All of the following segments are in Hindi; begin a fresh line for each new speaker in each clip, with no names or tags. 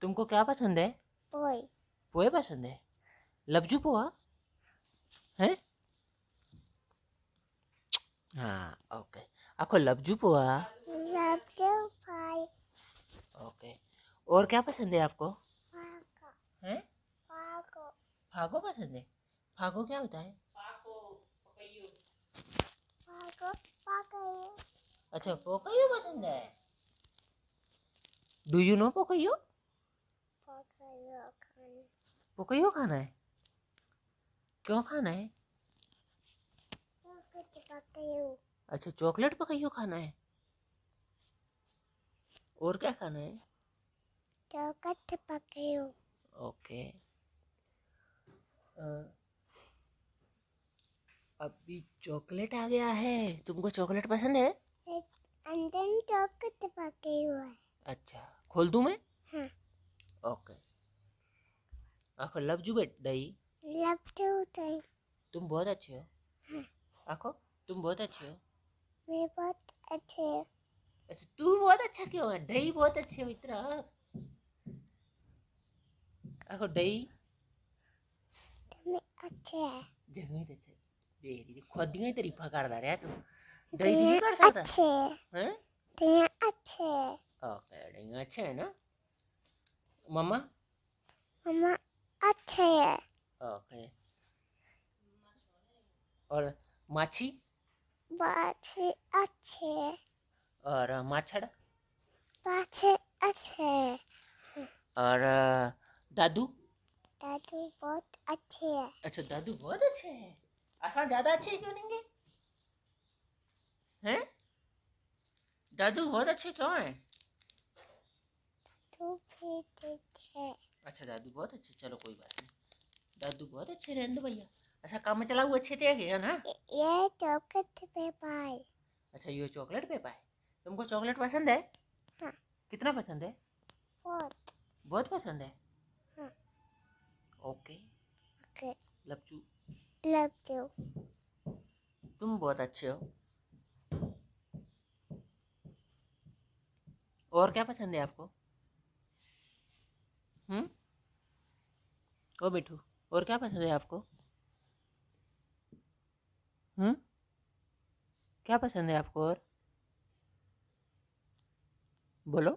तुमको क्या पसंद है
पोई
पोहे पसंद है लपजू पोहा है हाँ ओके आपको लपजू पोहा
सबसे भाई
ओके और क्या पसंद है आपको
पाको
है
पाको
फागो पसंद है फागो क्या होता है
पाको पाको
अच्छा पोकयो पसंद है डू यू नो पोकयो
पाको खान
पोकयो खाना है क्यों खाना है
पाको पाको
अच्छा चॉकलेट पोकयो खाना है और क्या खाना है
चौकट पाको
ओके अ, अभी चॉकलेट आ गया है तुमको चॉकलेट पसंद है
अंदर चौकट पाको है
अच्छा खोल दूं मैं
हाँ
ओके आखो लव यू बेट दही
लपटे उठाई
तुम बहुत अच्छे हो
हाँ।
आखो तुम बहुत अच्छे हो
वे बहुत अच्छे हैं।
अच्छा तू बहुत अच्छा क्यों है दही बहुत अच्छे हो इतना आखो दही
तुम्हें अच्छे हैं
जगह तो अच्छे देरी खुद दियां ही तरीफा करदा रहा तू दही दी नहीं कर
तुम्हें
सकता हाँ?
अच्छे हैं।
हैं
तुम्हें अच्छे हैं।
ओके डिंग अच्छा है ना मम्मा
मम्मा अच्छे है
ओके और माछी
बाछे अच्छे है
और माछड़
बाछे अच्छे है
और अ, दादू
दादू बहुत अच्छे है
अच्छा दादू बहुत अच्छे हैं आसान ज़्यादा अच्छे क्यों नहीं हैं हैं दादू बहुत अच्छे क्यों हैं
तू भी ठीक है
अच्छा दादू बहुत अच्छे चलो कोई बात नहीं दादू बहुत अच्छे रहने दो भैया अच्छा काम चला हुआ अच्छे थे गया ना
ये चौकट पे भाई
अच्छा ये चॉकलेट पे पाए तुमको चॉकलेट पसंद है
हाँ।
कितना पसंद है
बहुत
बहुत पसंद है
हाँ।
ओके
ओके
लपचू
लव यू
तुम बहुत अच्छे हो और क्या पसंद है आपको हम्म ओ बिठू और क्या पसंद है आपको हम्म क्या पसंद है आपको और बोलो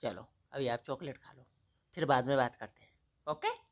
चलो अभी आप चॉकलेट खा लो फिर बाद में बात करते हैं ओके